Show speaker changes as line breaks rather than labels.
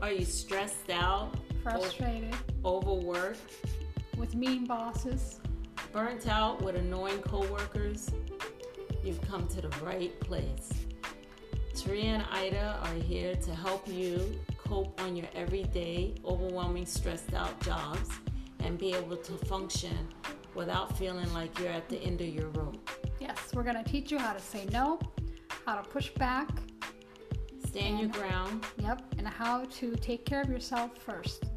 Are you stressed out,
frustrated
overworked,
with mean bosses.
burnt out with annoying coworkers? You've come to the right place. Tria and Ida are here to help you cope on your everyday, overwhelming, stressed out jobs and be able to function without feeling like you're at the end of your rope.
Yes, we're going to teach you how to say no, how to push back,
Stand your ground,
yep, and how to take care of yourself first.